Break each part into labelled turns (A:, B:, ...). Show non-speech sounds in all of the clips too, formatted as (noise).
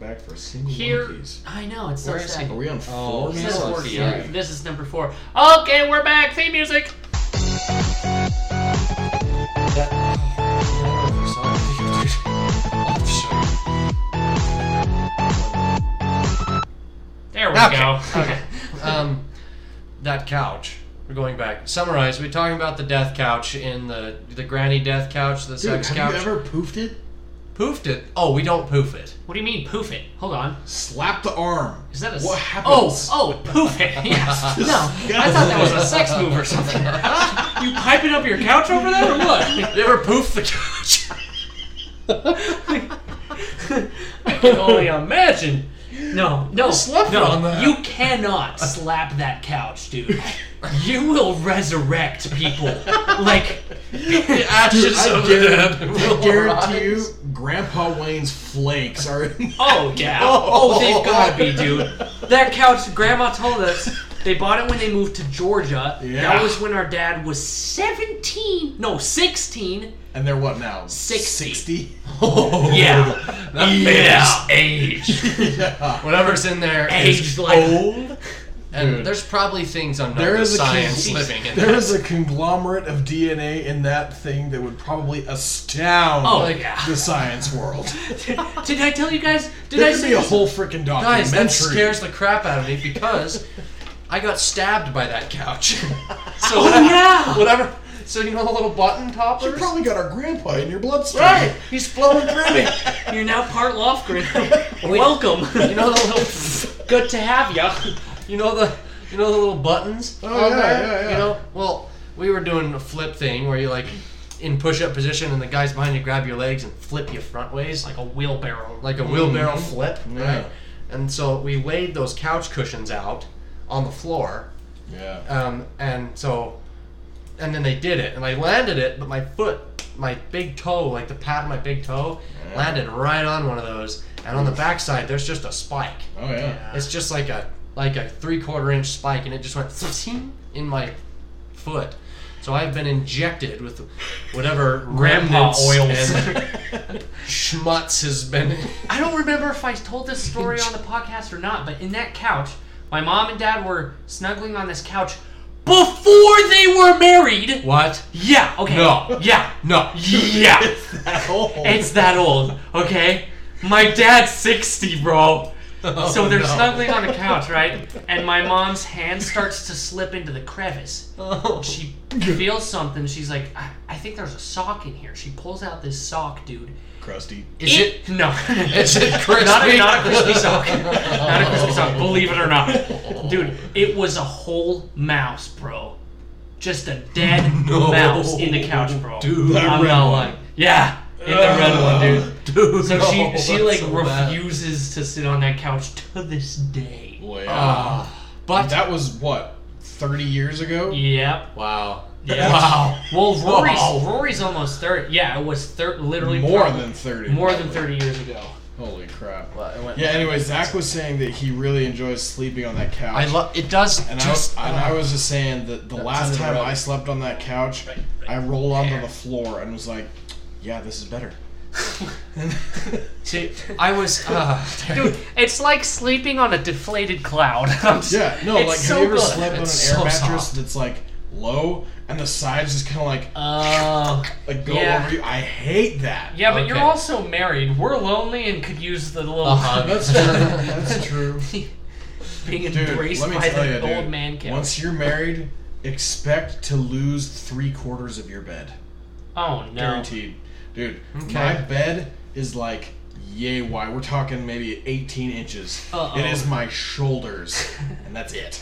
A: back for a single
B: Here,
A: monkeys.
B: I know it's so
A: Where is
B: sad.
A: he? Are we on four
C: Oh,
A: now?
C: he's
B: This is
C: so
B: four.
C: sad.
B: Yeah, this is number four. Okay, we're back. Theme music.
C: That, I don't know if you saw the video, dude. I'll have to show you.
B: There we
C: Okay.
B: go. Okay.
C: um, that couch. We're going back. Summarize. We're talking about the death couch in the the granny death couch, the
A: Dude,
C: sex
A: have
C: couch.
A: you ever poofed it?
C: poofed it? Oh, we don't poof it.
B: (laughs) What do you mean poof it? Hold on.
A: Slap the arm.
B: Is that a s-
A: what happens?
B: Oh, oh, poof it. (laughs)
C: (laughs)
B: Yes. no, I
A: Disgusting.
B: thought that was a sex move or something. (laughs) you piping up your couch over there or what?
C: You ever poof the couch?
B: (laughs) I can only imagine. No, no,
C: Slept
B: no.
C: on that.
B: You cannot slap that couch, dude. You will resurrect people. Like,
C: the ashes
A: I
C: of the
A: guarantee, I
C: dead. will
A: guarantee you,
C: arise.
A: Grandpa Wayne's flakes are. In
B: oh yeah, oh,
C: Oh.
B: they've gotta be, dude. That couch, Grandma told us. They bought it when they moved to Georgia.
A: Yeah.
B: That was when our dad was 17. No, 16.
A: (laughs) and they're what now?
B: Sixty.
A: Sixty. (laughs)
C: Oh,
B: Yeah.
C: That
B: Yeah.
C: man is aged.
A: yeah.
C: (laughs) Whatever's in there is
B: Aged like-
C: old. And
A: Dude.
C: there's probably things on
A: There is a
C: science
A: con- (laughs)
C: living in
A: There
C: that.
A: is a conglomerate of DNA in that thing that would probably astound
B: Oh,
A: like,
B: yeah.
A: the science world.
B: Did I tell you guys? Did I
A: There could
B: say
A: be a
B: this?
A: whole freaking documentary.
C: Guys, that scares the crap out of me because I got stabbed by that couch. (laughs) so
B: Oh,
C: whatever,
B: yeah.
C: whatever. So you know the little button
A: You
C: toppers.
A: probably got our grandpa in your bloodstream.
C: right. He's flowing through me.
B: You're now part Lofgren. Welcome.
C: You know the little.
B: Good to have ya.
C: You know the. You know the little buttons.
A: Oh,
C: on
A: yeah,
C: there?
A: yeah, yeah.
C: You know. Well, we were doing a flip thing where you like in push-up position and the guys behind you grab your legs and flip you front ways like
B: Like a wheelbarrow.
C: like a wheelbarrow flip.
A: Yeah.
C: Right. And so we laid those couch cushions out on the floor
A: Yeah.
C: Um, and so, and then they did it, and I landed it, but my foot, my big toe, like the pad of my big toe,
A: Yeah.
C: landed right on one of those. And on the backside, there's just a spike.
A: Oh yeah. (laughs)
C: It's just like a like a three quarter inch spike, and it just went in my foot. So I've been injected with whatever
B: Grandpa
C: remnants
B: oils. (laughs)
C: and (laughs) schmutz has been.
B: I don't remember if I told this story on the podcast or not, but in that couch, my mom and dad were snuggling on this couch before they were married.
C: What?
B: Yeah. Okay.
C: No.
B: Yeah.
C: No. (laughs)
B: Yeah.
A: Oh.
B: It's that old, okay? My dad's 60, bro. so they're
C: Oh, no.
B: snuggling on the couch, right? And my mom's hand starts to slip into the crevice.
C: Oh.
B: She feels something. She's like, I, I think there's a sock in here. She pulls out this sock, dude.
A: crusty.
C: Is it?
B: No.
C: (laughs) Is it crispy?
B: Not a, not a crispy sock. Not a crispy sock, believe it or
C: (laughs)
B: not. Dude, it was a whole mouse, bro. Just a dead
C: (laughs) No.
B: mouse in the couch, bro.
C: Dude.
A: That
B: I'm
A: red
B: not
A: one.
B: lying. Yeah, in the red one, dude.
C: (laughs) Dude,
B: So
C: no,
B: she she
C: that's
B: like
C: so bad.
B: refuses to sit on that couch to this day.
A: Well,
C: Ah, but
A: that was what thirty years ago.
B: Yep.
C: wow,
B: Yeah.
C: wow.
B: Well, Rory's
C: (laughs) Wow.
B: Rory's almost thirty. Yeah, it was thir- literally
A: More
B: probably-
A: than thirty.
B: more than thirty years ago.
A: Holy crap.
C: Well, it went-
A: Yeah. Anyway, Zach was saying that he really enjoys sleeping on that couch.
C: I love it. Does
A: And,
C: just uh,
A: I, and I was just saying that the last
C: under the
A: time
C: rug.
A: I slept on that couch, I rolled onto the floor and was like, "Yeah, this is better."
B: Dude,
C: I was uh, (laughs)
B: it's like sleeping on a deflated cloud. (laughs) I'm
A: (laughs)
B: just-
A: Yeah, no,
B: it's
A: like
B: so
A: have you ever
B: good.
A: slept on an
C: It's
A: air
C: so
A: mattress
C: soft.
A: that's like low and the sides just kind of like
B: Uh,
A: like go
B: yeah.
A: over you? I hate that.
B: yeah, but you're
C: Okay.
B: also married. We're lonely and could use the little (laughs)
C: Uh-huh.
A: that's true. That's true.
B: being
A: Dude,
B: embraced
A: let me
B: by
A: tell
B: the
A: you,
B: old
A: dude,
B: man couch.
A: Once you're married, expect to lose three quarters of your bed.
B: oh no. (laughs)
A: Guaranteed, dude.
C: Okay.
A: My bed is like yay wide. We're talking maybe 18 inches.
B: Uh-oh.
A: It is my shoulders, and that's it.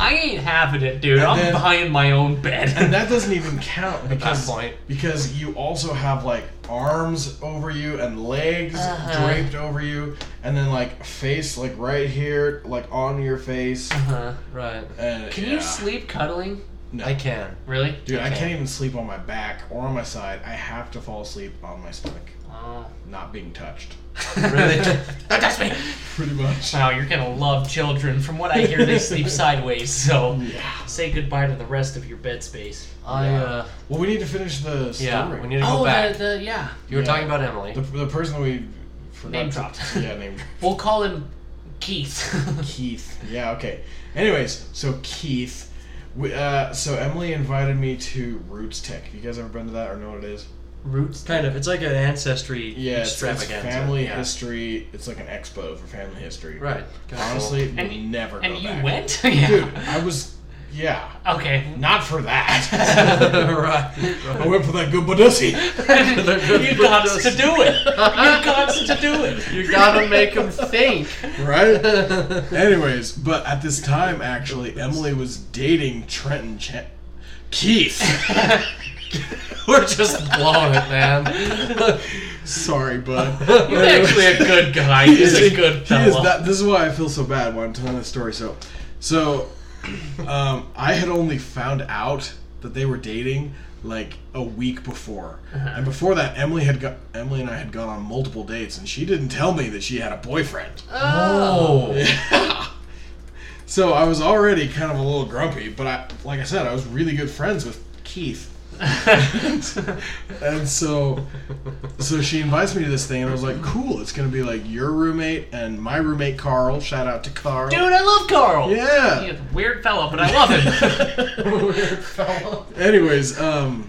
B: I ain't having it, dude. I'm
A: then-
B: buying my own bed.
A: And that doesn't even count because
C: point.
A: because you also have like arms over you and legs
B: Uh-huh.
A: draped over you, and then like face like right here, like on your face.
B: (laughs) Uh-huh.
C: right.
A: And,
B: Can
A: yeah.
B: you sleep cuddling?
A: No.
C: I can.
B: Really?
A: Dude, I
C: Okay.
A: can't even sleep on my back or on my side. I have to fall asleep on my stomach,
B: Oh.
A: not being touched.
B: (laughs)
C: Really?
A: (laughs)
B: Don't touch me!
A: Pretty much.
B: Wow, you're gonna love children. From what I hear, they sleep sideways, so
A: Yeah.
B: say goodbye to the rest of your bed space.
C: I uh,
A: Well, we need to finish the story.
C: yeah. We need to go
B: Oh,
C: back.
B: the, the yeah.
C: you were
A: Yeah.
C: talking about Emily.
A: the, the person we forgot
B: Name
A: to-
B: dropped.
A: Yeah, name
B: We'll call him Keith.
A: Keith. Yeah, okay. Anyways, so Keith. We, uh, so Emily invited me to Roots Tech. You guys ever been to that or know what it is?
B: Roots.
C: Kind of. It's like an ancestry
A: Yeah, it's, it's
C: extravaganza.
A: family
C: yeah.
A: history. It's like an expo for family history.
C: Right. Kinda
A: Honestly,
B: And-
A: we'll never.
B: And
A: go
B: you
A: back.
B: went? yeah.
A: dude. I was, yeah,
B: Okay. (laughs)
A: not for that.
C: (laughs) cool. right.
A: I
C: (laughs) right.
A: went for that good badussi.
B: you got us to do it. You got us to do it.
C: You gotta make them
B: (laughs)
C: think.
A: right? Anyways, but at this time, actually, Emily was dating Trenton Ch- Keith. (laughs)
C: We're just blowing it, man.
A: Sorry, bud.
B: He's actually a good guy. He's a good
A: He is
B: fellow.
A: that, this is why I feel so bad when I'm telling this story. So, so (clears throat) um, I had only found out that they were dating like a week before,
B: Uh-huh.
A: and before that, Emily had got Emily and I had gone on multiple dates, and she didn't tell me that she had a boyfriend.
C: oh.
A: (laughs) So I was already kind of a little grumpy, but I, like I said, I was really good friends with Keith. and so so she invites me to this thing and I was like, cool, it's gonna be like your roommate and my roommate Carl. Shout out to Carl.
B: Dude, I love Carl. He's
A: Yeah.
B: a weird fellow, but I love him.
A: Anyways, um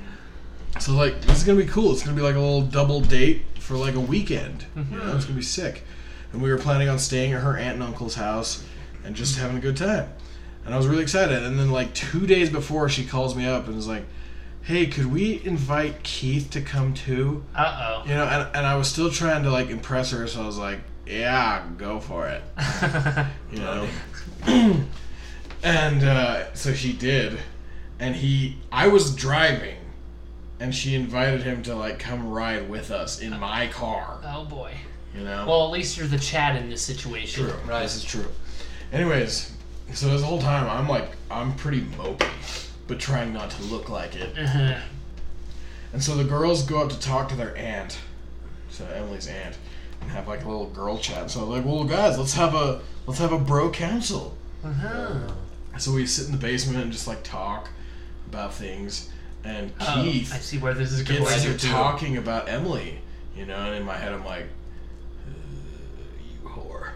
A: so like this is gonna be cool. It's gonna be like a little double date for like a weekend. You know, it's gonna be sick. And we were planning on staying at her aunt and uncle's house and just having a good time. And I was really excited. And then like two days before she calls me up and is like, Hey, could we invite Keith to come too?
B: Uh
A: You know, and, and I was still trying to like impress her, so I was like, yeah, go for it.
B: oh.
A: You know? (clears throat) and uh, so she did. And he, I was driving, and she invited him to like come ride with us in my car.
B: (laughs) oh boy.
A: You know?
B: Well, at least you're the Chad in this situation.
A: true.
C: (laughs) Right.
A: This is true. Anyways, so this whole time I'm like, I'm pretty mopey, but trying not to look like it.
B: Uh-huh. (laughs)
A: And so the girls go up to talk to their aunt, so Emily's aunt, and have like a little girl chat. So I'm like, well, guys, let's have a let's have a bro council.
B: Uh-huh.
A: So we sit in the basement and just like talk about things. And
B: Oh, I
A: Keith
B: see where this is going.
A: gets to
C: too.
A: talking about Emily, you know. And in my head, I'm like, uh, you
C: (laughs)
A: whore.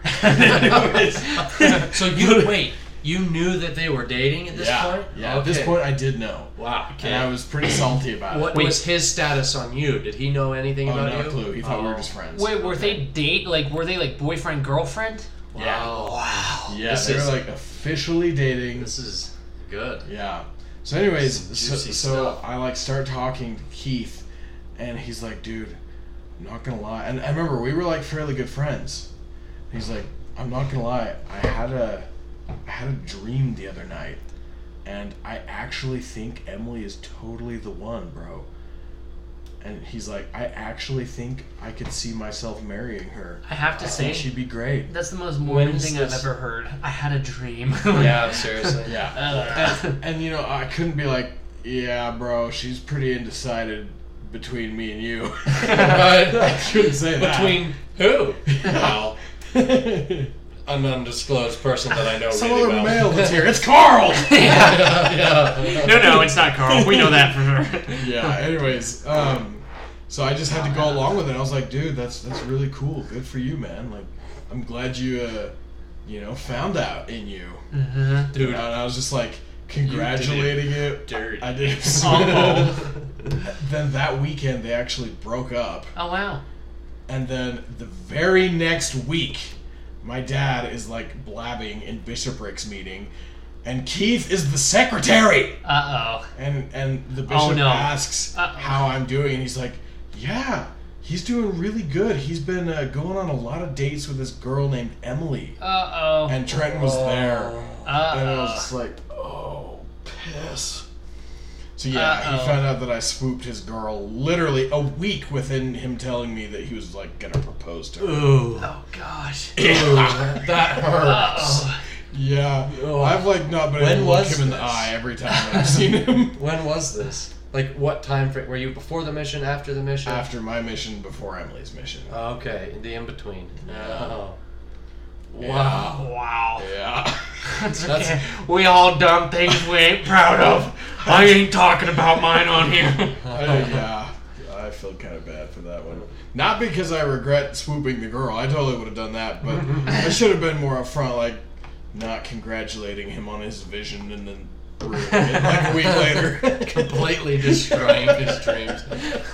A: (laughs) Anyways.
C: So (laughs) you wait. You knew that they were dating at this
A: yeah,
C: point.
A: yeah. At this
C: Okay.
A: point, I did know,
C: Wow. Okay.
A: and I was pretty salty about
C: what
A: it.
B: Wait.
C: was his status on you? Did he know anything
A: Oh,
C: about
A: no
C: you? Oh.
A: clue. He thought we were just
C: friends.
A: friends.
B: Wait, were they date? Like, were they like boyfriend girlfriend?
A: Yeah.
C: Wow. Wow.
A: Yeah,
C: This
A: they were
C: is-
A: like officially dating.
C: This is good.
A: Yeah. So, anyways,
C: Some
A: so,
C: juicy
A: so
C: stuff.
A: I like start talking to Keith, and he's like, "Dude, I'm not gonna lie." And I remember we were like fairly good friends. And He's like, "I'm not gonna lie. I had a, I had a dream the other night, and I actually think Emily is totally the one, bro." And he's like, "I actually think I could see myself marrying her.
B: I have to
A: I think
B: say,
A: she'd be great."
B: that's the most Mormon
C: When's
B: thing
C: this?
B: I've ever heard. I had a dream.
C: Yeah. Seriously.
A: Yeah.
B: (laughs)
A: (laughs)
B: Uh,
A: and, and, you know, I couldn't be like, yeah, bro, she's pretty undecided between me and you. (laughs) I (laughs) couldn't say that.
C: Between who?
A: Well,
C: An undisclosed person that I know
A: some
C: really
A: other
C: well.
A: male that's here. It's Carl.
C: (laughs)
A: (laughs)
C: yeah.
B: (laughs) no, no, it's not Carl. We know that for
A: (laughs)
B: sure.
A: yeah. Anyways, um, so I just had to
C: Oh,
A: go along with it. I was like, dude, that's that's really cool. Good for you, man. Like, I'm glad you, uh, you know, found out in you.
C: Mm-hmm.
B: Uh-huh.
A: Dude, and I was just like congratulating it.
C: dirty.
A: I did.
C: (laughs)
B: Oh.
A: (laughs) then that weekend they actually broke up.
B: Oh wow.
A: And then the very next week, my dad is like blabbing in bishoprics meeting, and Keith is the secretary.
B: Uh oh.
A: And and the bishop
B: Oh, no.
A: asks
B: Uh-oh.
A: how I'm doing, and he's like, "Yeah, he's doing really good. He's been uh, going on a lot of dates with this girl named Emily."
B: Uh oh.
A: And Trenton was there, and I was
B: Uh
A: just like, "Oh, piss." So yeah, he
B: Uh-oh.
A: found out that I swooped his girl literally a week within him telling me that he was like gonna propose to her.
C: Ooh.
B: oh. Oh gosh.
C: Ooh, (laughs) that hurts.
B: Uh-oh.
A: Yeah,
C: Ugh.
A: I've like not been
C: Oh. When
A: able to look
C: was
A: him in the
C: this?
A: eye every time I've (laughs) seen him.
C: When was this? Like what time frame? Were you before the mission? After the mission?
A: After my mission, before Emily's
C: (laughs)
A: mission.
C: Oh, okay, in the in between. Oh.
A: Yeah.
C: Wow.
B: Oh, Wow.
C: (laughs)
A: Yeah.
B: That's
C: That's-
B: okay. We all done things we ain't proud of. I
C: Oh.
B: ain't talking about mine on here. (laughs)
A: I, yeah. I feel kind of bad for that one. Not because I regret swooping the girl. I totally would have done that,
C: (laughs)
A: but I should have been more upfront, like not congratulating him on his vision and then ruining it like a
C: (laughs)
A: week later.
C: Completely destroying his (laughs) dreams.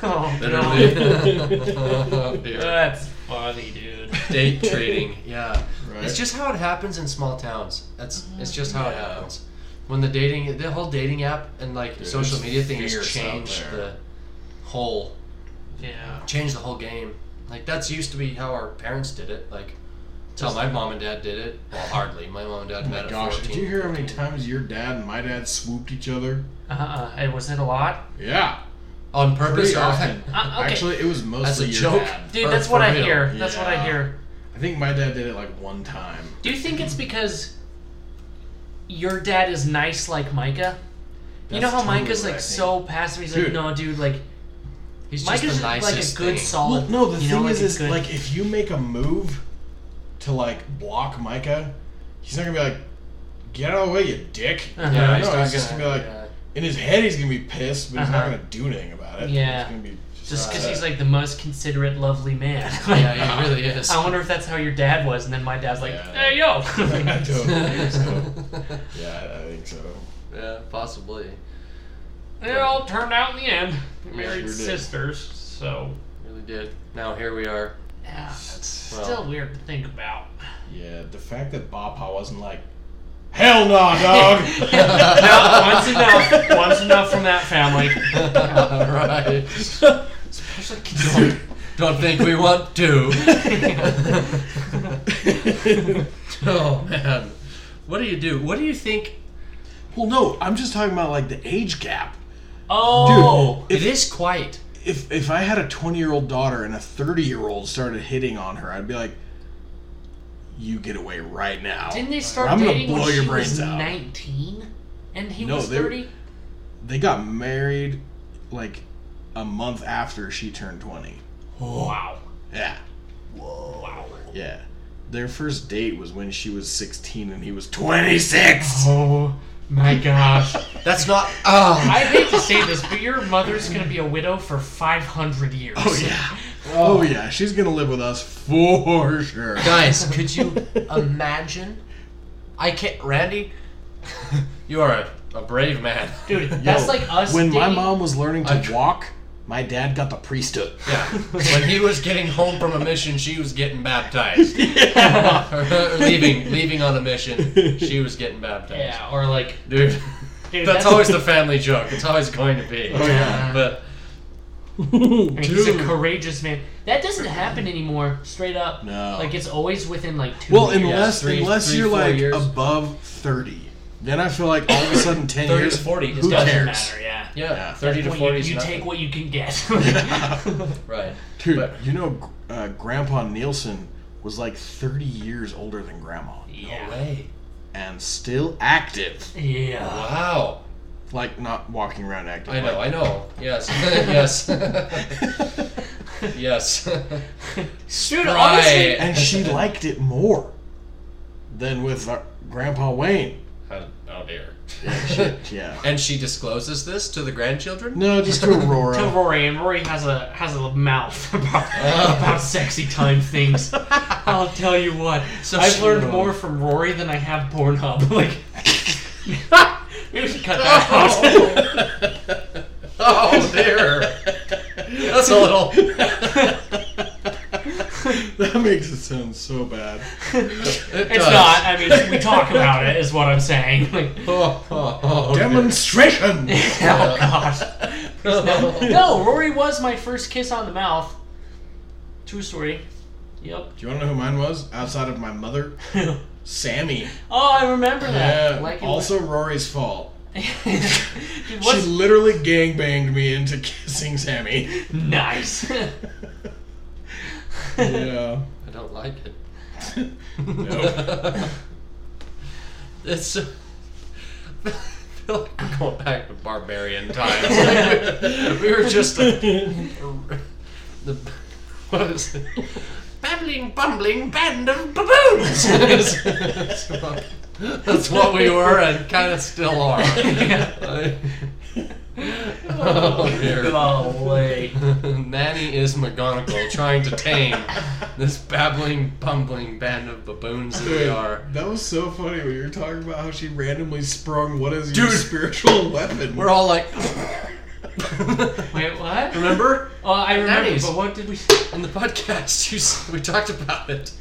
B: Oh,
C: Literally.
D: no.
C: Oh, (laughs) dear.
B: (laughs) That's funny, dude.
C: Day trading. Yeah.
A: Right?
C: It's just how it happens in small towns. That's it's just how it
A: Yeah.
C: happens. When the dating, the whole dating app and like
A: Dude,
C: social
A: it's
C: media thing has
A: fierce out
C: changed
A: there.
C: the whole,
B: Yeah.
C: changed the whole game. Like that's used to be how our parents did it. Like, tell my mom and dad did it. Well, hardly. My mom and dad
A: Oh my
C: met
A: (laughs)
C: at
A: gosh,
C: 14.
A: did you hear how many times your dad and my dad swooped each other?
B: Uh, uh, hey, was it a lot?
A: Yeah,
C: on purpose?
A: pretty
C: or-
A: often.
B: Uh, okay.
A: Actually, it was mostly
C: That's Ah, a
A: your
C: joke.
A: dad.
B: Dude,
C: Or
B: that's what
C: uh, for
B: I
C: real.
B: hear. That's what I
A: Yeah.
B: hear.
A: I think my dad did it like one time.
B: Do you think it's because your dad is nice like Micah? you know
A: That's
B: how
A: totally
B: Micah's
A: what I
B: like
A: think.
B: so passive. He's like,
A: Dude.
B: no, dude, like
C: He's just
B: Micah's
C: the
B: like a
C: nicest
B: good,
C: thing.
A: Well,
B: solid.
A: no, the
B: you
A: thing
B: know,
A: is,
B: a
A: is
B: good-
A: like if you make a move to like block Micah, he's not gonna be like, "Get out of the way, you dick."
B: Uh-huh.
A: You
C: (laughs) Yeah,
A: know,
C: he's
A: no,
C: not
A: he's just
C: gonna-
A: gonna be like,
C: yeah.
A: in his head, he's gonna be pissed, but he's not
B: Uh-huh.
A: gonna do anything about it.
B: Yeah.
A: he's gonna be just,
B: just because
A: upset.
B: he's like the most considerate, lovely man.
C: (laughs)
B: (laughs)
C: yeah, he really
A: (laughs)
C: is. (laughs)
B: I wonder if that's how your dad was, and then my dad's like,
A: (laughs) Yeah.
B: hey yo.
A: (laughs) I
B: (laughs)
A: totally think so. Yeah, I- I think so.
C: yeah, possibly.
B: it all turned out in the end. We
A: sure
B: married
A: did.
B: sisters, so
C: Really did. Now here we are.
B: yeah, that's
C: Well.
B: still weird to think about.
A: Yeah, the fact that Bapa wasn't like, "Hell (laughs) no, dog." (laughs)
B: (laughs) no, once enough, once enough from that (laughs) family.
C: right.
B: Especially
C: Don't, don't think we want (laughs) to. oh man, what do you do? What do you think?
A: well, no, I'm just talking about like the age gap.
B: Oh,
C: it is quite.
A: if if I had a 20 year old daughter and a 30 year old started hitting on her, I'd be like, "You get away right now."
B: didn't they start
A: I'm gonna
B: dating
A: blow
B: when
A: your
B: she was
A: brains out.
B: nineteen, and he
A: No,
B: was
A: they were-
B: thirty?
A: They got married like a month after she turned 20.
B: Wow,
A: Yeah,
B: wow.
A: yeah. Their first date was when she was 16 and he was 26.
B: Oh my gosh!
C: That's not. Oh,
B: (laughs) I hate to say this, but your mother's gonna be a widow for five hundred years.
A: Oh yeah. Oh yeah, she's gonna live with us for sure.
C: guys, could you imagine? I can't, Randy. You are a, a brave man.
B: dude,
A: Yo,
B: that's like us.
A: When my
B: dating-
A: mom was learning to
C: I-
A: walk, my dad got the priesthood.
C: Yeah. When he was getting home from a mission, she was getting
A: (laughs)
C: baptized.
B: (laughs)
C: Or leaving, leaving on a mission, she was getting baptized.
B: yeah, or like,
C: Dude,
B: dude,
C: that's
B: (laughs)
C: always (laughs) the family joke. It's always going to be.
A: Oh, yeah.
C: But
B: And he's a
A: Dude.
B: courageous man. That doesn't happen anymore, straight up.
A: No.
B: Like it's always within like two.
A: Well,
B: years.
A: unless
C: three-
A: unless
C: three,
A: you're
C: four
A: like
C: years.
A: above thirty, then I feel like all of a
C: (coughs)
A: sudden ten
C: 30 to
A: years
C: 40 is
A: Who
B: doesn't
A: cares?
B: matter. Yeah.
C: yeah,
A: Yeah.
C: thirty to
B: Well, you-
C: forty. is
B: You,
C: nothing.
B: take what you can
C: (laughs)
B: get. (laughs)
C: right.
A: (laughs) Dude,
C: But-
A: you know, uh, Grandpa Nielsen was like thirty years older than Grandma
B: yeah.
C: way.
A: and still active.
B: Yeah.
C: Wow.
A: Like not walking around active.
C: I know. I
A: like-
C: know. Yes. (laughs) yes. (laughs) yes. (laughs)
B: Dude, honestly,
C: Right.
A: (laughs) and she liked it more than with uh, Grandpa Wayne.
C: oh, oh dear.
A: Yeah.
C: And she discloses this to the grandchildren. (laughs)
A: No, just to Aurora.
B: to (laughs) Rory, and Rory has a has a mouth (laughs) about,
C: Oh.
B: about sexy time things.
C: (laughs)
B: I'll tell you what.
C: So
B: I've
C: she-
B: learned more from Rory than I have Pornhub. (laughs)
C: (laughs)
B: Like, maybe we should cut that out.
C: Oh dear. That's a little.
A: that makes it sound so bad.
C: (laughs) It
B: It's
C: does.
B: not. I mean, we talk about it, is what I'm (laughs) saying. Like,
C: (laughs) Oh, oh, oh,
A: Demonstration.
C: (laughs)
B: oh gosh.
C: dear. (laughs)
B: No, Rory was my first kiss on the mouth. True story. Yep. (laughs)
A: Do you want to know who mine was? Outside of my mother,
B: oh, (laughs)
A: Sammy.
B: I remember that.
A: Yeah.
B: Like it
C: (laughs)
B: was-
A: also, Rory's fault.
B: Dude,
A: She
B: what's
A: literally gangbanged me into (laughs) kissing
B: (laughs)
A: Sammy.
B: nice?
A: yeah.
C: I don't like it.
B: (laughs)
A: Nope.
C: (laughs) it's. I feel like we're going back to (laughs) barbarian times. Like, (laughs) we, we were just a, the what is it? Babbling, bumbling band of baboons. (laughs) that's, what, that's what we were, and kind of still are. Like, (laughs) Oh, dear.
B: Golly.
C: (laughs) Nanny is McGonagall trying to tame this babbling, bumbling band of baboons that we
A: Dude,
C: are.
A: That was so funny when you were talking about how she randomly sprung what is your
C: Dude.
A: spiritual weapon.
C: We're all like, (laughs)
B: Wait, what?
C: remember
B: Oh, I remember,
C: Nannies.
B: but what did we?
C: in the podcast you, s- we talked about it.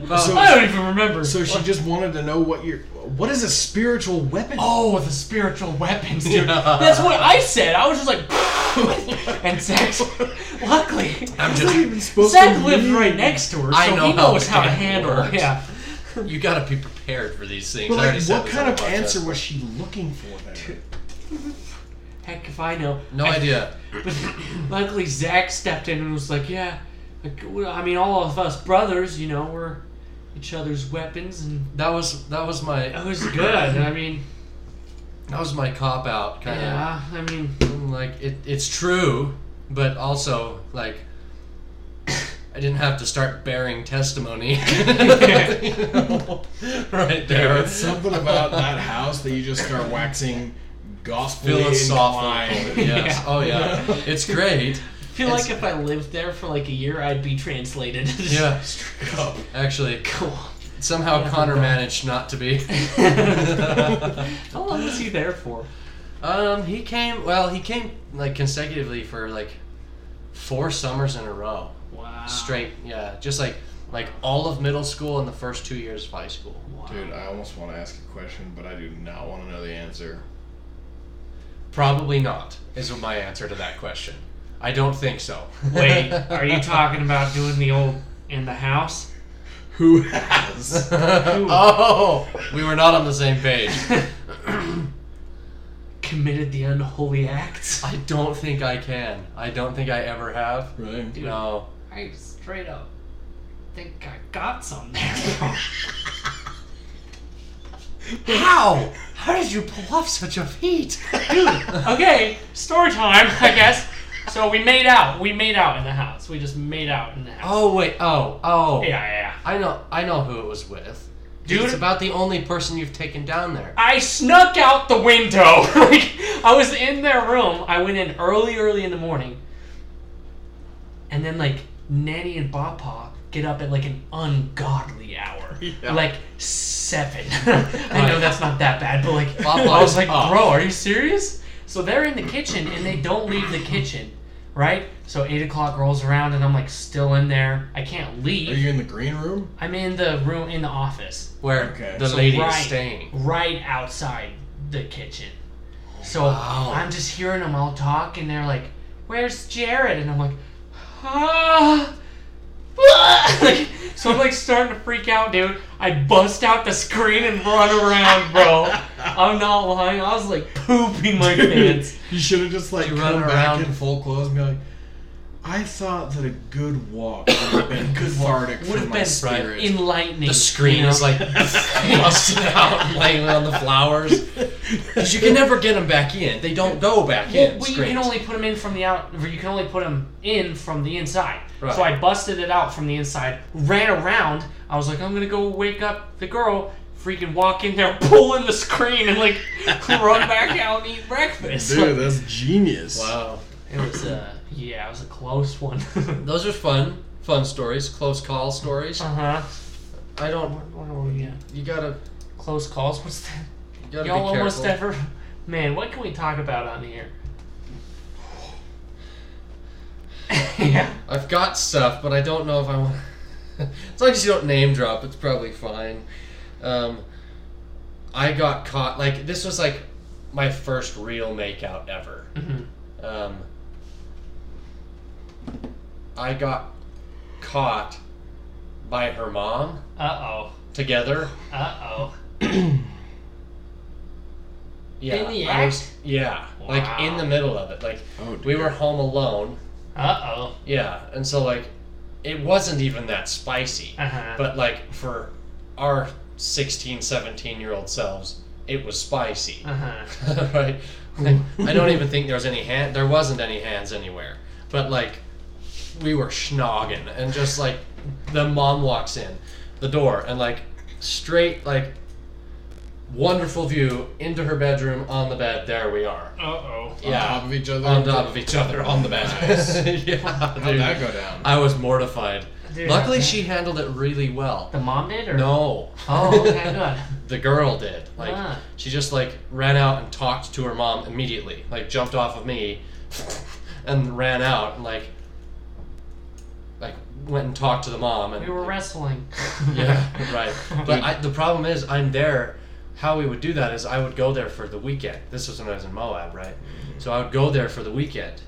C: About-
A: So-
B: (laughs) I don't even remember.
A: (laughs) so she just wanted to know what your what is a spiritual weapon?
B: Oh, the spiritual weapons, dude.
C: Yeah.
B: That's what I said. I was just
C: (laughs)
B: like, (laughs) and Zach. Luckily,
C: I'm
A: It's not
C: just,
A: even supposed
B: Zach
A: to
B: lived
A: mean-
B: right next to her, so
C: I know
B: he
C: how
B: knows
C: it
B: how to
C: fucking
B: handle.
C: works.
B: Yeah.
C: you gotta be prepared for these things.
A: But
C: I already
A: like,
C: said
A: what
C: this
A: kind
C: on
A: of
C: the podcast.
A: answer was she looking for? There?
B: Heck if I know.
C: No
B: I-
C: idea.
B: But (laughs) luckily, Zach stepped in and was like, "Yeah, like, well, I mean, all of us brothers, you know, we're each other's weapons, and
C: That was that was my
B: that was good. I mean,
C: that was my cop out kind of.
B: yeah, I mean,
C: I'm like it, it's true, but also like I didn't have to start bearing testimony (laughs) You know, right there.
A: It's something about that house that you just start waxing gospel (laughs)
C: philosophical. Yes.
B: Yeah.
C: Oh yeah, it's great.
B: I feel
C: It's-
B: like if I lived there for like a year, I'd be translated. (laughs)
C: Yeah, actually,
B: Cool.
C: (laughs) somehow
B: Yeah,
C: Connor
B: yeah.
C: managed not
B: (laughs)
C: to be.
B: How long was he there for?
C: um, he came. Well, he came like consecutively for like four summers in a row.
B: Wow.
C: Straight, yeah, just like like all of middle school and the first two years of high school.
B: Wow.
A: Dude, I almost want to ask a question, but I do not want to know the answer.
C: Probably not, is my answer to that question. I don't think so.
B: (laughs) Wait, are you talking about doing the old in the house?
A: Who has?
C: (laughs) oh, we were not on the
B: (laughs)
C: same page.
B: Committed the unholy acts?
C: I don't think I can. I don't think I ever have.
A: Right.
C: No.
B: I straight up think I got some (laughs) there.
C: How? How did you pull off such a feat?
B: (laughs) okay, story time, I guess. So we made out. We made out in the house. We just made out in the house.
C: Oh wait. Oh. Oh.
B: Yeah, yeah, yeah.
C: I know. I know who it was with.
B: Dude.
C: it's about the only person you've taken down there.
B: I snuck out the window. (laughs) like I was in their room. I went in early, early in the morning. And then like Nanny and Papa get up at like an ungodly hour,
A: (laughs) Yeah.
B: like seven. (laughs) I know that's not that bad, but like
C: Papa's
B: I was like,
C: up.
B: bro, are you serious? So they're in the kitchen and they don't leave the kitchen, right? So eight o'clock rolls around and I'm like still in there. I can't leave.
A: Are you in the green room?
B: I'm in the room in the office
C: Where
A: Okay.
C: the
A: So
C: lady
B: right,
C: is staying.
B: right outside the kitchen. So
C: Wow.
B: I'm just hearing them all talk, and they're like, "Where's Jared?" And I'm like, "Ah." ah." (laughs) Like, so I'm like starting to freak out, dude. I bust out the screen and run around,
C: (laughs)
B: bro. I'm not lying. I was like pooping my pants.
A: (laughs) You should have just like
C: You
A: come
C: run
A: back
C: around.
A: in full clothes and be like, I thought that a good walk would have been
C: (coughs)
A: cathartic
B: Would
A: for
B: have
A: my
B: been
A: spirit.
B: enlightening.
C: The screen
B: you
C: is
B: know? (laughs)
C: like busted out and laying on the flowers. Because you can never get them back in. They don't go back
B: Well,
C: in.
B: well, you
C: screens.
B: can only put them in from the out. or You can only put them in from the inside.
C: Right.
B: So I busted it out from the inside, ran around. I was like, I'm gonna go wake up the girl. Freaking walk in there, (laughs) pull in the screen, and
C: (laughs)
B: like run back out and eat breakfast. (laughs)
A: Dude, that's genius.
C: Wow.
B: It was uh, yeah, it was a close one. (laughs) uh
C: Those are fun, fun stories, close call stories.
B: huh.
C: I don't.
B: yeah.
C: You gotta,
B: Close calls. What's that?
C: you gotta
B: Y'all
C: be careful.
B: almost ever. Man, what can we talk about on here? (laughs) yeah.
C: I've got stuff, but I don't know if I want. (laughs) as long as you don't name drop, it's probably fine. Um, I got caught. Like this was like my first real makeout ever.
B: Mhm.
C: Um, I got caught by her mom
B: Uh oh.
C: together.
B: Uh oh.
C: Yeah,
B: In the
C: I was-
B: act?
C: yeah, like in
B: Wow.
C: the middle of it. Like
A: Oh, dude.
C: we were home alone.
B: Uh oh.
C: Yeah, and so like, it wasn't even that spicy.
B: Uh-huh.
C: But like for our 16, 17 year old selves, it was spicy.
B: Uh-huh.
C: (laughs) right? Like, I don't even think there was any hand. There wasn't any hands anywhere. But like, we were schnogging, and just like, the mom walks in the door, and like, straight like, Wonderful view into her bedroom on the bed. There we are.
B: Uh oh.
A: on
C: yeah.
A: top of each other.
C: on top of each other on the bed. (laughs) yeah,
A: How'd
C: dude.
A: that go down?
C: I was mortified.
B: Dude,
C: Luckily,
B: okay.
C: she handled it really well.
B: The mom did, or
C: No.
B: Oh, okay,
C: (laughs)
B: good.
C: the girl did. Like
B: Ah.
C: she just like ran out and talked to her mom immediately. Like jumped off of me (laughs) and ran out and like like went and talked to the mom and
B: We were wrestling.
C: (laughs) yeah, (laughs) right.
B: (laughs)
C: But I, the problem is, I'm there. How we would do that is, I would go there for the weekend. This was when I was in Moab, right?
B: Mm-hmm.
C: So I would go there for the weekend,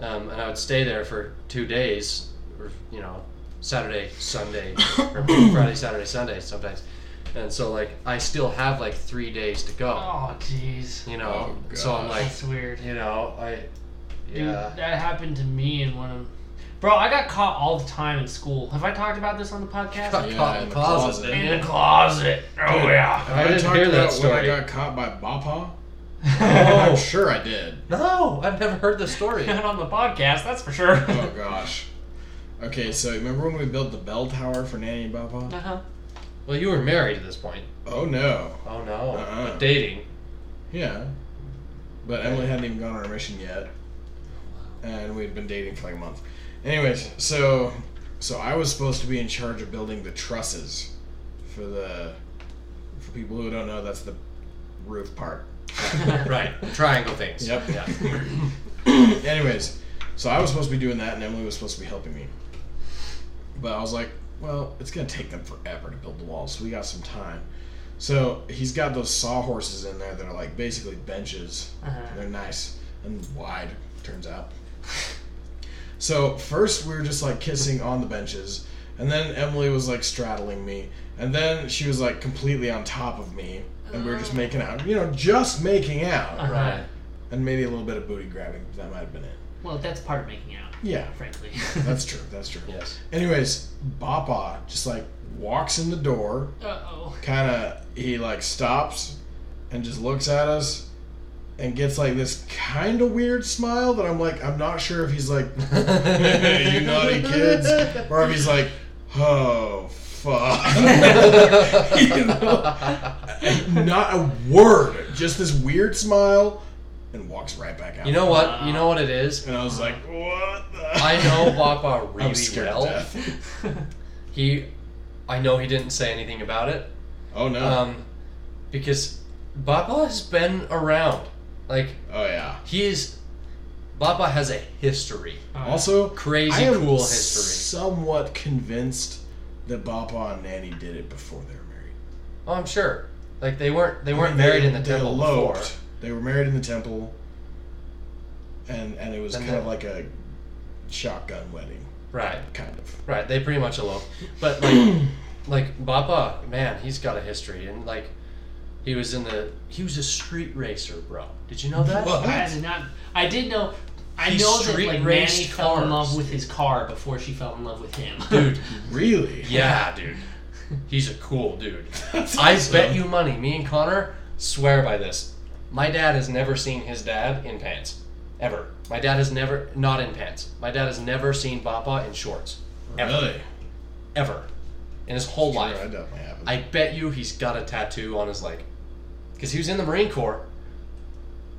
C: um, and I would stay there for two days, or you know, Saturday,
B: (coughs)
C: Sunday, or Friday, Saturday, Sunday, sometimes. And so like, I still have like three days to go.
B: Oh, jeez.
C: You know,
A: Oh,
C: so I'm
A: gosh.
C: like,
B: That's weird.
C: you know, I
B: Dude,
C: yeah.
B: that happened to me in one of. Bro, I got caught all the time in school. Have I talked about this on the podcast?
C: (laughs) Got
A: Yeah,
C: caught in
A: in
C: the
A: the
C: closet.
A: closet.
B: In the closet. Oh yeah. (laughs)
C: (laughs)
A: Have
C: I didn't
A: talked
C: hear that
A: about
C: story.
A: When I got caught by Bapa, I'm
C: Oh.
A: sure I did.
C: No, I've never heard
B: (laughs)
C: the story.
B: Not on the podcast, that's for sure.
A: Oh gosh. Okay, so remember when we built the bell tower for Nanny and Bapa?
B: Uh-huh.
C: Well, you were married at this point.
A: Oh no.
C: Oh no,
A: Uh-uh.
C: but dating.
A: Yeah. But Emily hadn't even gone on her mission yet. And we'd been dating for like a month. Anyways, so so I was supposed to be in charge of building the trusses for the for people who don't know that's the roof part.
C: right. Triangle things.
A: Yep. (laughs)
C: Yeah.
A: (coughs) Anyways, so I was supposed to be doing that, and Emily was supposed to be helping me. But I was like, well, it's gonna take them forever to build the walls, so we got some time. So he's got those sawhorses in there that are like basically benches.
B: Uh-huh.
A: They're nice and wide, turns out. (laughs) So first we were just like kissing on the benches, and then Emily was like straddling me, and then she was like completely on top of me, and we were just making out, you know, just making out,
B: Uh-huh.
C: Right.
A: and maybe a little bit of booty grabbing. That might have been it.
B: Well, that's part of making out,
A: Yeah,
B: frankly.
A: that's true. That's true.
C: Yes.
A: Anyways, Bapa just like walks in the door,
B: (laughs) Uh-oh.
A: kind of he like stops and just looks at us and gets like this kind of weird smile that I'm like I'm not sure if he's like (laughs) you naughty kids or if he's like oh fuck (laughs) you know? not a word just this weird smile and walks right back out
C: (laughs) You know what? You know what it is.
A: and I was like what the (laughs)
C: I know Papa really
A: I'm scared to
C: well.
A: death.
C: He, I know he didn't say anything about it,
A: oh no
C: um, because Papa has been around. Like
A: oh yeah
C: he is. Papa has a history.
A: Also,
C: Crazy
A: I am
C: cool history.
A: Somewhat convinced that Papa and Nanny did it before they were married.
C: Oh, I'm sure. Like they weren't. They
A: They
C: weren't married in the
A: they
C: temple
A: eloped.
C: before.
A: They were married in the temple, and and it was
C: And
A: kind of
C: then-
A: like a shotgun wedding,
C: Right.
A: kind of.
C: Right, they pretty much eloped.
A: (clears throat)
C: But like, like Baba, man, he's got a history, and like, he was in the he was a street racer, bro. Did you know that?
A: What?
B: I did not. I did know. I
C: He
B: know that
C: street
B: like Nanny
C: raced
B: fell in
C: cars.
B: love with his car before she fell in love with him.
C: Dude,
A: Really?
C: yeah, dude, he's a
A: (laughs)
C: cool dude. I bet you money. Me and Connor swear by this. My dad has never seen his dad in pants, ever. My dad has never not in pants. My dad has never seen Baba in shorts,
A: Really?
C: ever, in his whole
A: Sure,
C: life.
A: that definitely happened.
C: I bet you he's got a tattoo on his leg. Because he was in the Marine Corps.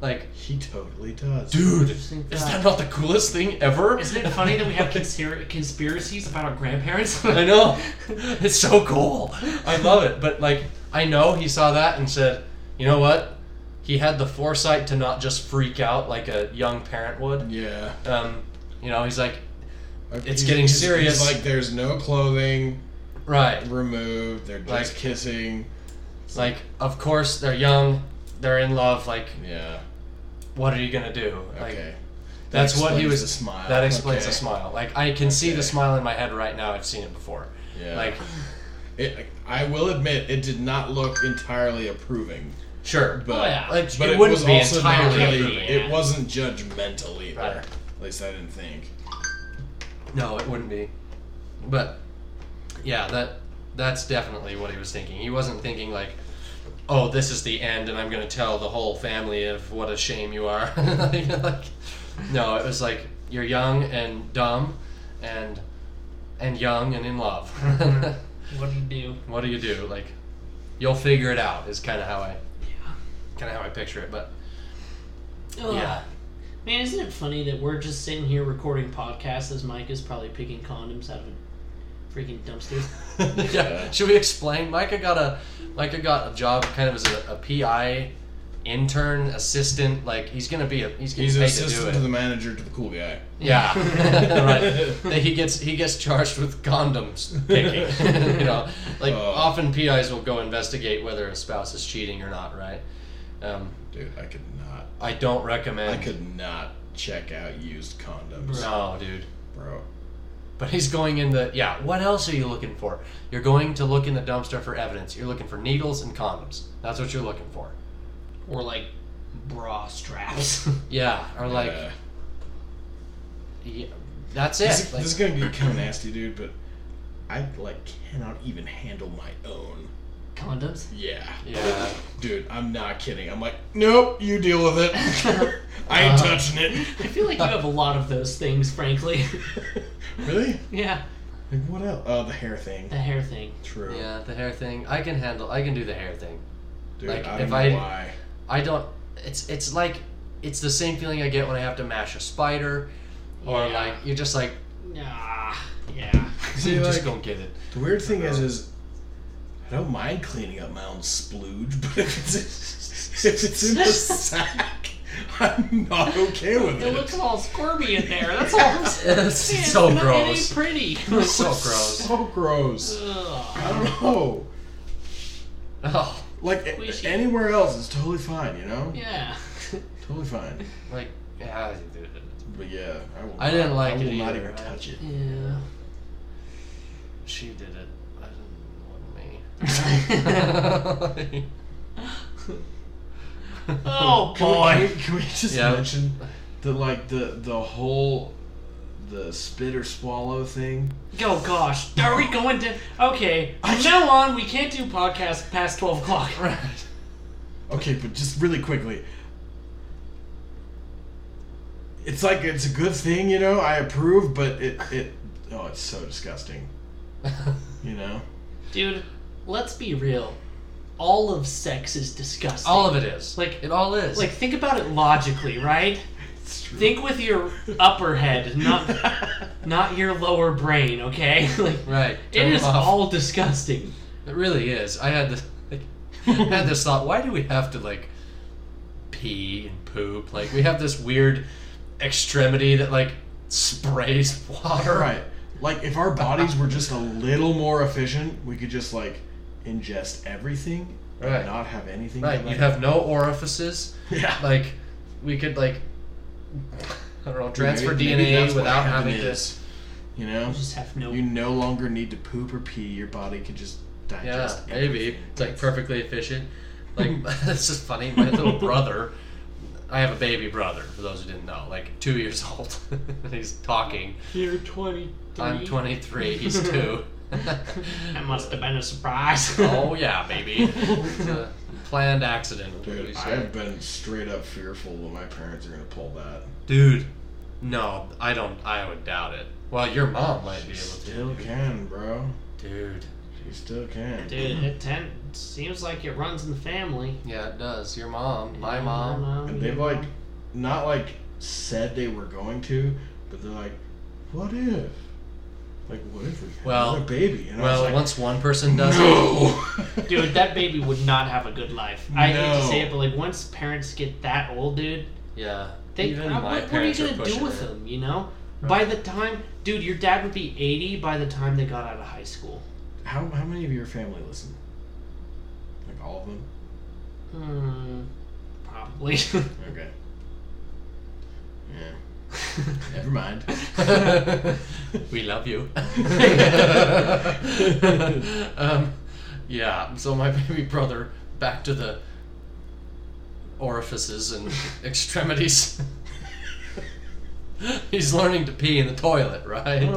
C: Like,
A: he totally does.
C: dude, is
B: Interesting
C: that
B: thought.
C: not the coolest thing ever?
B: (laughs) Isn't it funny that we have conspira- conspiracies about our grandparents?
C: (laughs) I know. (laughs) It's so cool. I love it. But, like, I know he saw that and said, you know what? He had the foresight to not just freak out like a young parent would.
A: Yeah.
C: Um, you know, he's like,
A: Like,
C: It's
A: he's-
C: getting
A: he's-
C: serious.
A: He's like there's no clothing
C: right.
A: removed. They're just
C: Like-
A: kissing.
C: Like, of course, they're young. They're in love. Like,
A: Yeah.
C: what are you going to do? Like,
A: Okay.
C: That's what he
A: explains
C: was.
A: the smile.
C: That explains
A: Okay.
C: the smile. Like I can see the
A: Okay.
C: smile in my head right now. I've seen it before.
A: Yeah.
C: Like
A: It, I will admit, it did not look entirely approving,
C: sure,
A: but,
B: Oh, yeah.
C: Like,
A: but
C: it
A: it,
C: wouldn't
A: was
C: be
A: also not
C: entirely
A: really.
B: approving, yeah.
A: It wasn't judgmental either.
C: Right.
A: At least I didn't think.
C: no, it wouldn't be. But yeah, that that's definitely what he was thinking. He wasn't thinking like, oh, this is the end, and I'm gonna tell the whole family of what a shame you are. (laughs) like, like- no, it was like you're young and dumb, and and young and in love.
B: (laughs)
C: (laughs)
B: what do you do?
C: what do you do? Like, You'll figure it out. Is kind of how I, kind of how I picture
A: (laughs)
C: it. But (laughs)
B: Ugh.
C: Yeah.
B: Man, isn't it funny that we're just sitting here recording podcasts as Mike is probably picking condoms out of a freaking
C: (laughs)
B: dumpster?
C: yeah. Should we explain? Micah got a Micah got a job kind of as a, a PI intern assistant. Like he's gonna be a he's gonna
A: He's an
C: be paid to do
A: assistant
C: it.
A: to, the manager to the cool guy.
C: yeah.
A: (laughs)
C: (laughs) right. That he gets he gets charged with
A: (laughs)
C: condoms picking. (laughs) you know, like
A: Oh.
C: often PIs will go investigate whether a spouse is cheating or not. Right. Um,
A: Dude, I could not.
C: I don't recommend.
A: I could not check out used condoms,
C: No, dude.
A: bro.
C: But he's going in the yeah. What else are you looking for? You're going to look in the dumpster for evidence. You're looking for needles and condoms. That's what you're looking for.
B: or like bra
C: (laughs)
B: straps.
C: Yeah, or like
A: Yeah.
C: yeah, that's it.
A: this, is-
C: Like,
A: this is gonna be kind of nasty, dude. But I like cannot even handle my own.
B: condoms?
A: Yeah,
C: yeah,
A: dude, I'm not kidding. I'm like, nope, you deal with it. (laughs) I ain't
C: Uh.
A: touching it.
B: I feel like you have a lot of those things, frankly.
A: (laughs)
B: (laughs)
A: really?
B: yeah.
A: Like what else? Oh, the hair thing.
B: The hair thing.
A: True.
C: yeah, the hair thing. I can handle. I can do the hair thing.
A: Dude,
C: Like,
A: I
C: if
A: don't know
C: I-
A: why.
C: I don't. It's it's like it's the same feeling I get when I have to mash a spider, or
B: Yeah.
C: like you're just like (laughs)
B: Nah. Yeah.
A: See,
C: you
A: like-
C: just don't
A: (laughs)
C: get it.
A: The weird thing is, is I don't mind cleaning up my own splooge, (laughs) but if it's, if it's in the sack, (laughs) I'm not okay with
B: It looks
A: it.
B: all squirmy in there. That's all. I'm saying.
C: (laughs) It's so
B: It's not-
C: gross.
B: It ain't pretty.
C: It's so gross.
A: So gross. I
B: Ugh.
A: don't know.
C: (laughs) Oh,
A: Like a-
B: Squishy.
A: anywhere else is totally fine, you know.
B: Yeah.
A: Totally fine.
C: like yeah.
A: But yeah, I will.
C: I didn't
A: not-
C: like
A: I
C: it
A: will not
C: either,
A: even
C: man.
A: touch it.
B: Yeah.
C: She did it. I didn't want me.
B: (laughs)
A: (laughs)
C: (laughs)
B: oh
A: Can we- Can we,
B: boy.
A: can we just
C: Yeah.
A: mention that like the the whole the spit or swallow thing?
B: Oh gosh. Are we going to? Okay. From now on, we can't do podcasts past twelve o'clock.
C: Right.
A: Okay, but just really quickly. It's like it's a good thing, you know. I approve, but it it oh, it's so disgusting, you know.
B: Dude, let's be real. All of sex is disgusting.
C: all of it is.
B: Like-
C: it all is.
B: Like think about it logically, right? Think with your upper head,
C: (laughs)
B: not not your lower brain, okay? (laughs) Like
C: right.
B: it
C: turn
B: is
C: off.
B: all disgusting.
C: It really is. I had this, like, I had this thought. Why do we have to like pee and poop? Like we have this weird extremity that like sprays (laughs) water.
A: right. Like if our bodies were just a little more efficient, we could just like ingest everything and
C: Right.
A: not have anything.
C: Right.
A: to,
C: You
A: like-
C: have no orifices.
A: yeah.
C: Like we could like I don't know transfer
A: Maybe-
C: DNA
A: maybe that's what
C: without
A: heaven
C: having to.
A: is, You know,
B: You just have no
A: you no longer need to poop or pee. Your body can just
C: Yeah,
A: digest.
C: maybe.
A: everything.
C: It's like perfectly
B: (laughs)
C: efficient. Like (laughs) it's just funny. My little brother, I have a baby brother. For those who didn't know, like two years (laughs) old. He's talking.
B: You're 23. (laughs)
C: I'm 23. He's two. (laughs)
B: That must have been a surprise.
C: oh yeah, baby. It's a planned accident.
A: Dude, I've been straight up fearful that my parents are gonna pull that.
C: Dude, no, I don't. I would doubt it. Well, your mom might be
A: She
C: able
A: still can, bro.
C: to. Dude.
A: She still can.
B: Dude, it ten- seems like it runs in the family.
C: Yeah, it does. Your mom, my
B: Yeah,
C: mom.
A: And they've
B: yeah.
A: like, not like said they were going to, but they're like, what if? Like, what if we had
C: Well-
A: another baby? And
C: Well,
A: I was
C: once one person
A: like,
C: does it,
A: no. (laughs)
B: Dude, that baby would not have a good life. I hate to
A: No.
B: say it, but like once parents get that old, dude,
C: yeah.
B: they
C: even
B: uh,
C: my
B: what, what are you
C: parents
B: gonna
C: pushing
B: do with
C: it.
B: them? You know, by the time, dude, your dad would be eighty by the time they got out of high school.
A: How how many of your family listen? Like all of them?
B: Hmm,
A: (laughs)
B: probably. (laughs)
A: Okay. Yeah. Never mind.
C: (laughs)
A: Oh,
C: we love you. (laughs) um, yeah, so my baby brother, back to the orifices and (laughs) extremities. (laughs) he's learning to pee in the toilet, right?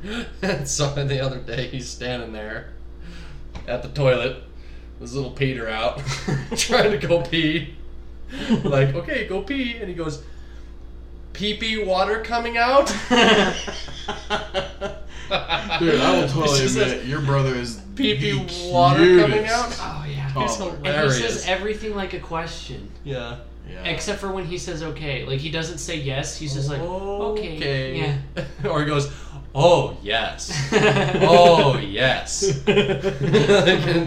C: (laughs)
A: Oh
C: And so the other day, he's standing there at the toilet, his little Peter out, (laughs) trying to go pee. Like, okay, go pee. And he goes, pee pee water coming out?
A: yeah. Dude, I will
C: It's
A: totally (laughs)
C: just (laughs)
A: admit your brother is
C: pee pee
A: the
C: water coming
A: cutest.
C: out.
B: oh yeah.
C: He's
A: toddler.
B: And he
C: hilarious.
B: says everything like a question,
C: yeah.
A: Yeah.
B: except for when he says okay. Like he doesn't say yes. He's just like okay, yeah.
C: (laughs) or he goes, oh yes,
B: oh.
C: oh yes, (laughs)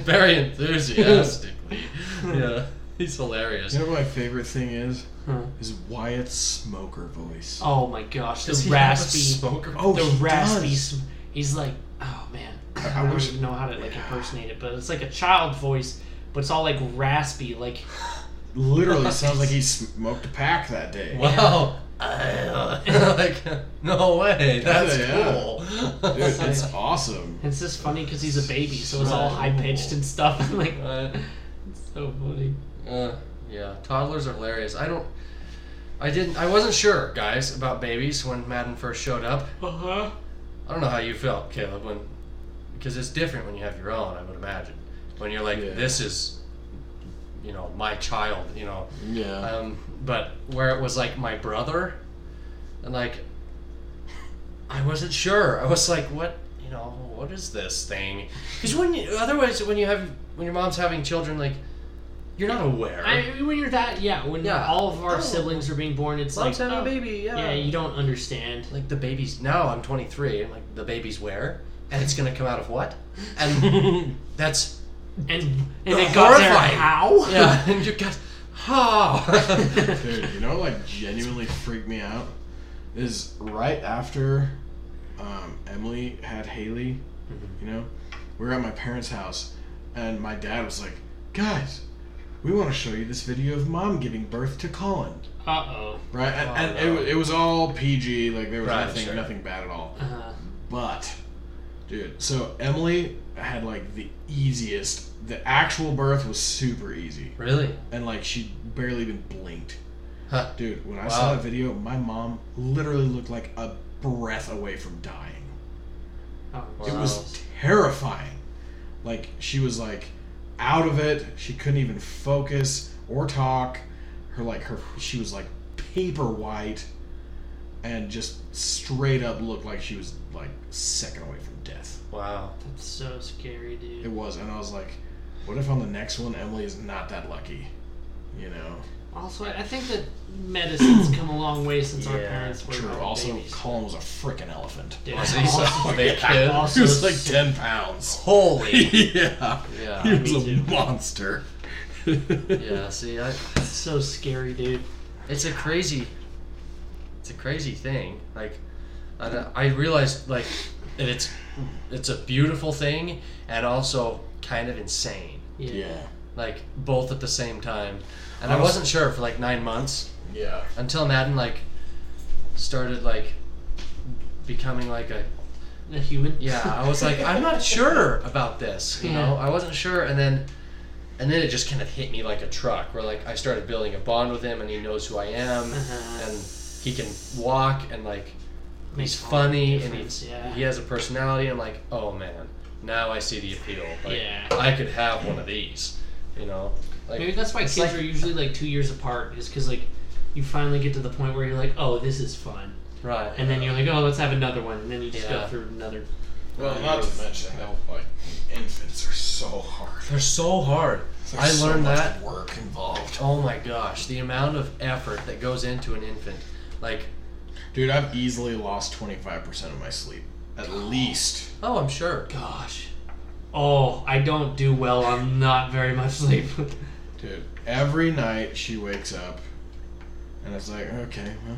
C: very enthusiastically. Yeah, he's hilarious.
A: You know what my favorite thing is?
B: Huh.
A: Is Wyatt's smoker voice.
B: (laughs) Oh my gosh, the
C: Does he have a
B: raspy,
C: smoker? (laughs)
A: Oh,
B: the
A: he
B: raspy.
A: does.
B: Sm- he's like, oh man, I,
A: I
B: don't
A: wish-
B: even know how to like impersonate it, but it's like a child voice, but it's all like raspy, like
A: Literally sounds like he smoked a pack that day.
C: Wow. (laughs) like, no way. That's
A: Yeah, yeah.
C: cool.
A: Dude,
C: (laughs)
A: it's awesome.
B: it's just funny because he's a baby, so it's all high
C: Right.
B: pitched and stuff. (laughs) like
C: Right.
B: so funny.
C: Uh, yeah, toddlers are hilarious. I don't. I didn't. I wasn't sure, guys, about babies when Madden first showed up.
B: Uh huh.
C: I don't know how you felt, Caleb, when because it's different when you have your own. I would imagine when you're like,
A: Yeah.
C: this is, you know, my child. You know,
A: Yeah.
C: um, but where it was like my brother, and like I wasn't sure. I was like, what you know, what is this thing? Because when you, otherwise, when you have when your mom's having children, like you're not aware.
B: I mean, when you're that, yeah, when
C: Yeah.
B: all of our
C: Oh.
B: siblings are being born, it's
C: Mom's
B: like,
C: having
B: oh,
C: a baby. Yeah.
B: yeah, you don't understand. (laughs)
C: like the baby's now. I'm 23. I'm like the baby's where, and it's gonna come out of what?
B: (laughs)
C: And that's
B: And
C: (laughs)
B: and it got there
C: Horrifying.
B: how? (laughs)
C: yeah. (laughs) And you got oh.
A: Dude, you know what like genuinely freaked me out? Is right after um, Emily had Haley,
C: Mm-hmm.
A: you know, we were at my parents' house and my dad was like, Guys, we want to show you this video of mom giving birth to Colin.
B: Uh oh.
A: Right? And,
C: Oh,
A: and
C: no.
A: it, wa- it was all PG, like there was
C: Right,
A: nothing
C: sure.
A: nothing bad at all.
B: Uh,
A: But, dude, so Emily had like the easiest. The actual birth was super easy,
C: (laughs) really?
A: and like she barely even blinked.
C: Huh.
A: Dude, when I
C: Wow.
A: saw that video, my mom literally looked like a breath away from dying.
B: oh.
A: It
C: Wow.
A: was terrifying. Like she was like out of it. She couldn't even focus or talk. Her like her she was like paper white and just straight up looked like she was like a second away from death.
C: Wow.
B: That's so scary,
A: It
B: dude.
A: was and I was like, what if on the next one Emily is not that lucky? You know?
B: Also, I I think that medicine's come a long way since our
C: Yeah,
B: parents were
A: True.
B: our
A: Also
B: babies.
A: Colin was a freaking elephant.
B: Dude,
C: Was he so
B: also-
C: big kid?
A: He was
B: (laughs) Also,
A: like ten pounds. (laughs)
C: Holy.
A: yeah.
C: Yeah.
A: He was
B: Me
A: a
B: too.
A: monster.
C: (laughs)
A: (laughs)
C: (laughs) Yeah, see, I,
B: it's so scary, dude.
C: it's a crazy, it's a crazy thing. Like, I, don't- I realized like that it's it's a beautiful thing and also kind of insane,
B: Yeah.
A: Yeah.
C: like both at the same time. And I
A: I was-
C: wasn't sure for like nine months
A: Yeah.
C: until Madden like started like becoming like a
B: A human.
C: yeah. I was like, I'm not sure about this.
B: Hmm.
C: You know, I wasn't sure, and then. And then it just kind of hit me like a truck, where like I started building a bond with him, and he knows who I am,
B: Uh-huh.
C: and he can walk and like
B: Makes
C: he's
B: all the
C: funny and
B: difference,
C: he's
B: yeah.
C: he has a personality. I'm like, oh man, now I see the appeal. Like,
B: Yeah.
C: I could have one of these, you know.
B: (laughs)
C: Like,
B: Maybe that's why
C: it's
B: kids
C: like-
B: are usually like two years apart, is because like you finally get to the point where you're like, oh, this is fun,
C: right.
B: and then you're like, oh, let's have another one, and then you just go
C: Yeah.
B: through another.
A: Well, not to mention that like infants are so hard. (laughs)
C: they're so hard. I
A: There's so
C: learned
A: much
C: that.
A: work involved.
C: Oh my gosh, the amount of effort that goes into an infant, like
A: Dude, I've easily lost 25% of my sleep. At least.
C: oh I'm sure.
B: Gosh. Oh, I don't do well on not very much sleep. (laughs)
A: Dude, every night she wakes up and it's like, okay, well.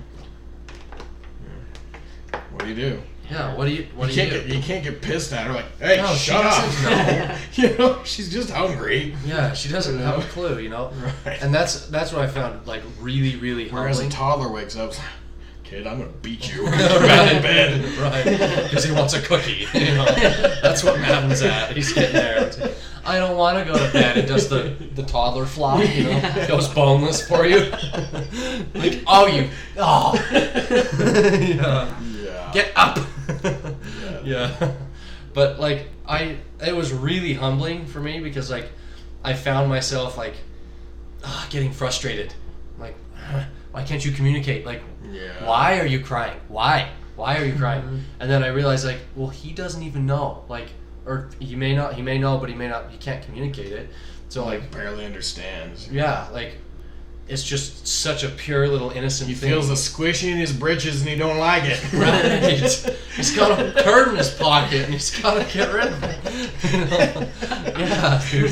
A: yeah. What do you do?
C: Yeah. What do you What
A: you
C: do
A: can't
C: you?
A: get you can't get pissed at her like, hey,
C: No, she
A: shut
C: doesn't know.
A: up. (laughs) you know, she's just hungry.
C: yeah, she doesn't
A: You
C: have a
A: know?
C: clue, you know.
A: Right.
C: And that's that's what I found like really really
A: Whereas a
C: (laughs) humbling.
A: toddler wakes up, it's like, kid, I'm gonna beat (laughs) you. when you Get back in bed.
C: right? Because he wants a cookie. You (laughs) know, that's what Madden's at. He's getting there. I don't want to go to bed. It does the, the toddler flop. You know, (laughs) goes boneless for you. like, oh, you, oh, (laughs) yeah.
A: Yeah.
C: get up. (laughs)
A: Yeah.
C: yeah, but like I, it was really humbling for me because like I found myself like ah, getting frustrated. Like, (sighs) why can't you communicate? Like,
A: yeah. Mm-hmm.
C: why are you crying? Why? Why are you crying? and then I realized, like, well, he doesn't even know. Like, or he may not. He may know, but he may not. He can't communicate it. So like,
A: Like barely understands.
C: yeah, like it's just such a pure little innocent.
A: He
C: thing.
A: feels a squishy in his britches and he don't like it.
C: Right. he's got a turd in his pocket and he's got to get rid of it.
D: (laughs)
C: You know? Yeah, dude.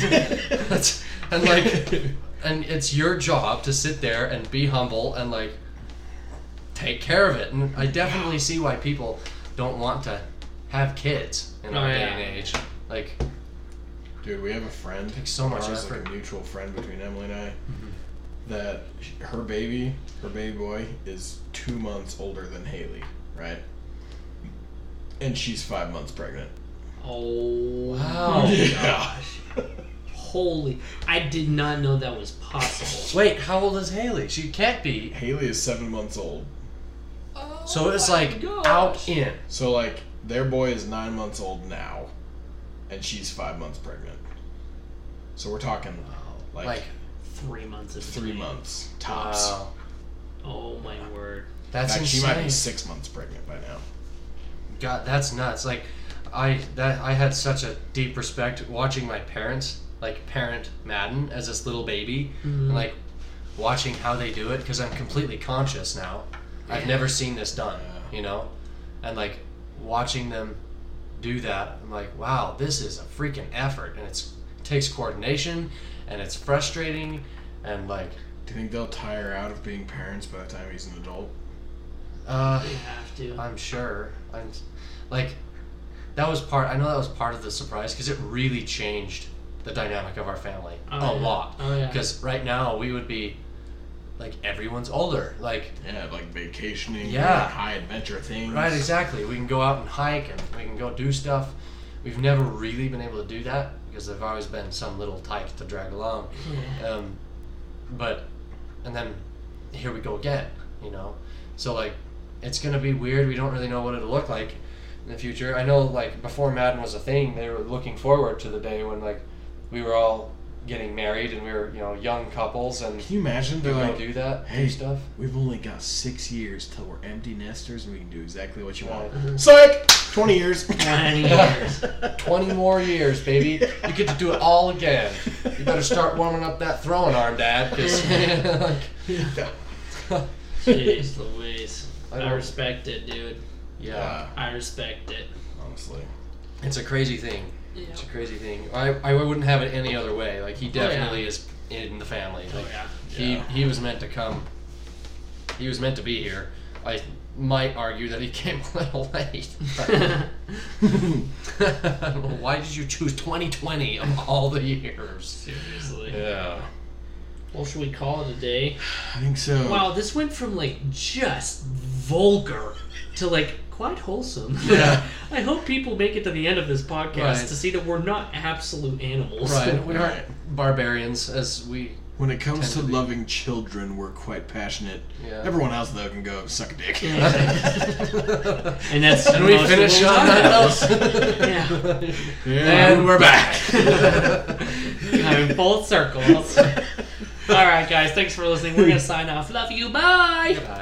C: That's, and like, and it's your job to sit there and be humble and like take care of it. And I definitely see why people don't want to have kids in our
B: Oh,
C: day
B: yeah.
C: and age. Like,
A: Dude, we have a friend.
C: Takes so much
A: ours is like
C: effort. Mm-hmm.
A: a mutual friend between Emily and I. That sh- her baby, her baby boy, is two months older than Haley, right? And she's five months pregnant.
D: Oh
C: (laughs) Wow.
A: (laughs) yeah.
D: Holy! I did not know that was possible.
C: wait, how old is Haley? She can't be.
A: Haley is seven months old.
C: So it's
D: Oh my
C: like
D: gosh.
C: out in.
A: So like their boy is nine months old now, and she's five months pregnant. So we're talking Oh, like,
C: Like,
D: Three months of
A: three
D: pain.
A: months tops.
C: wow.
D: Oh my word!
A: In
C: That's
A: fact,
C: insane.
A: she might be six months pregnant by now.
C: God, that's nuts. Like, I that I had such a deep respect watching my parents, like parent Madden as this little baby, and, like watching how they do it because I'm completely conscious now. I've never seen this done, you know, and like watching them do that, I'm like, wow, this is a freaking effort, and it's takes coordination, and it's frustrating, and like,
A: Do you think they'll tire out of being parents by the time he's an adult?
C: uh,
D: You have to.
C: I'm sure. I'm like that was part. I know that was part of the surprise because it really changed the dynamic of our family
D: Oh,
C: a
D: yeah.
C: lot.
D: Oh, yeah.
C: Because right now we would be like everyone's older. Like
A: Yeah, like vacationing,
C: Yeah.
A: like high adventure things.
C: right, exactly. We can go out and hike and we can go do stuff. We've never really been able to do that because there've always been some little tyke to drag along. Um, but and then here we go again you know so like it's gonna be weird we don't really know what it'll look like in the future i know like before madden was a thing they were looking forward to the day when like we were all getting married and we were you know young couples and
A: Can you imagine?
C: we
A: They're
C: would
A: like,
C: do that
A: hey,
C: do stuff
A: we've only got six years till we're empty nesters, and we can do exactly what you want.
C: Right.
A: Psych. Twenty
C: (laughs)
A: years.
D: 20 years.
C: 20 more years baby you get to do
A: (laughs)
C: it all again you better start warming up that throwing arm dad 'cause, (laughs) like,
D: Jeez Louise.
C: I
D: I,
C: don't-
D: respect it, dude.
C: yeah
A: yeah,
D: I respect it.
A: honestly.
C: it's a crazy thing It's a crazy thing. I, I wouldn't have it any other way. Like he definitely is in the family.
D: Oh
C: Like,
D: yeah.
C: He
A: Yeah.
C: he was meant to come. He was meant to be here. I might argue that he (laughs) came a little late.
B: (laughs)
C: but- Well, Why did you choose 2020 of all the
D: (laughs)
C: years?
D: Seriously.
C: Yeah.
D: Well, should we call it a day?
A: I think so.
D: Wow, this went from like just vulgar to like quite wholesome.
C: Yeah.
D: (laughs) I hope people make it to the end of this podcast
C: Right.
D: to see that we're not absolute animals.
C: Right. We
A: Right.
C: aren't barbarians as we.
A: when it comes to
C: Tend to be.
A: loving children, we're quite passionate.
C: Yeah.
A: Everyone else though can go suck a dick.
D: (laughs)
A: (laughs)
D: And that's
C: and we
D: most of
C: finish
D: what
C: on
D: we've
B: (laughs)
D: done. (laughs)
C: (laughs) that note.
D: Yeah.
A: and we're back.
D: I'm full
C: (laughs)
D: circles. All right, guys. Thanks for listening. We're gonna sign off. Love you. Bye.
C: Bye.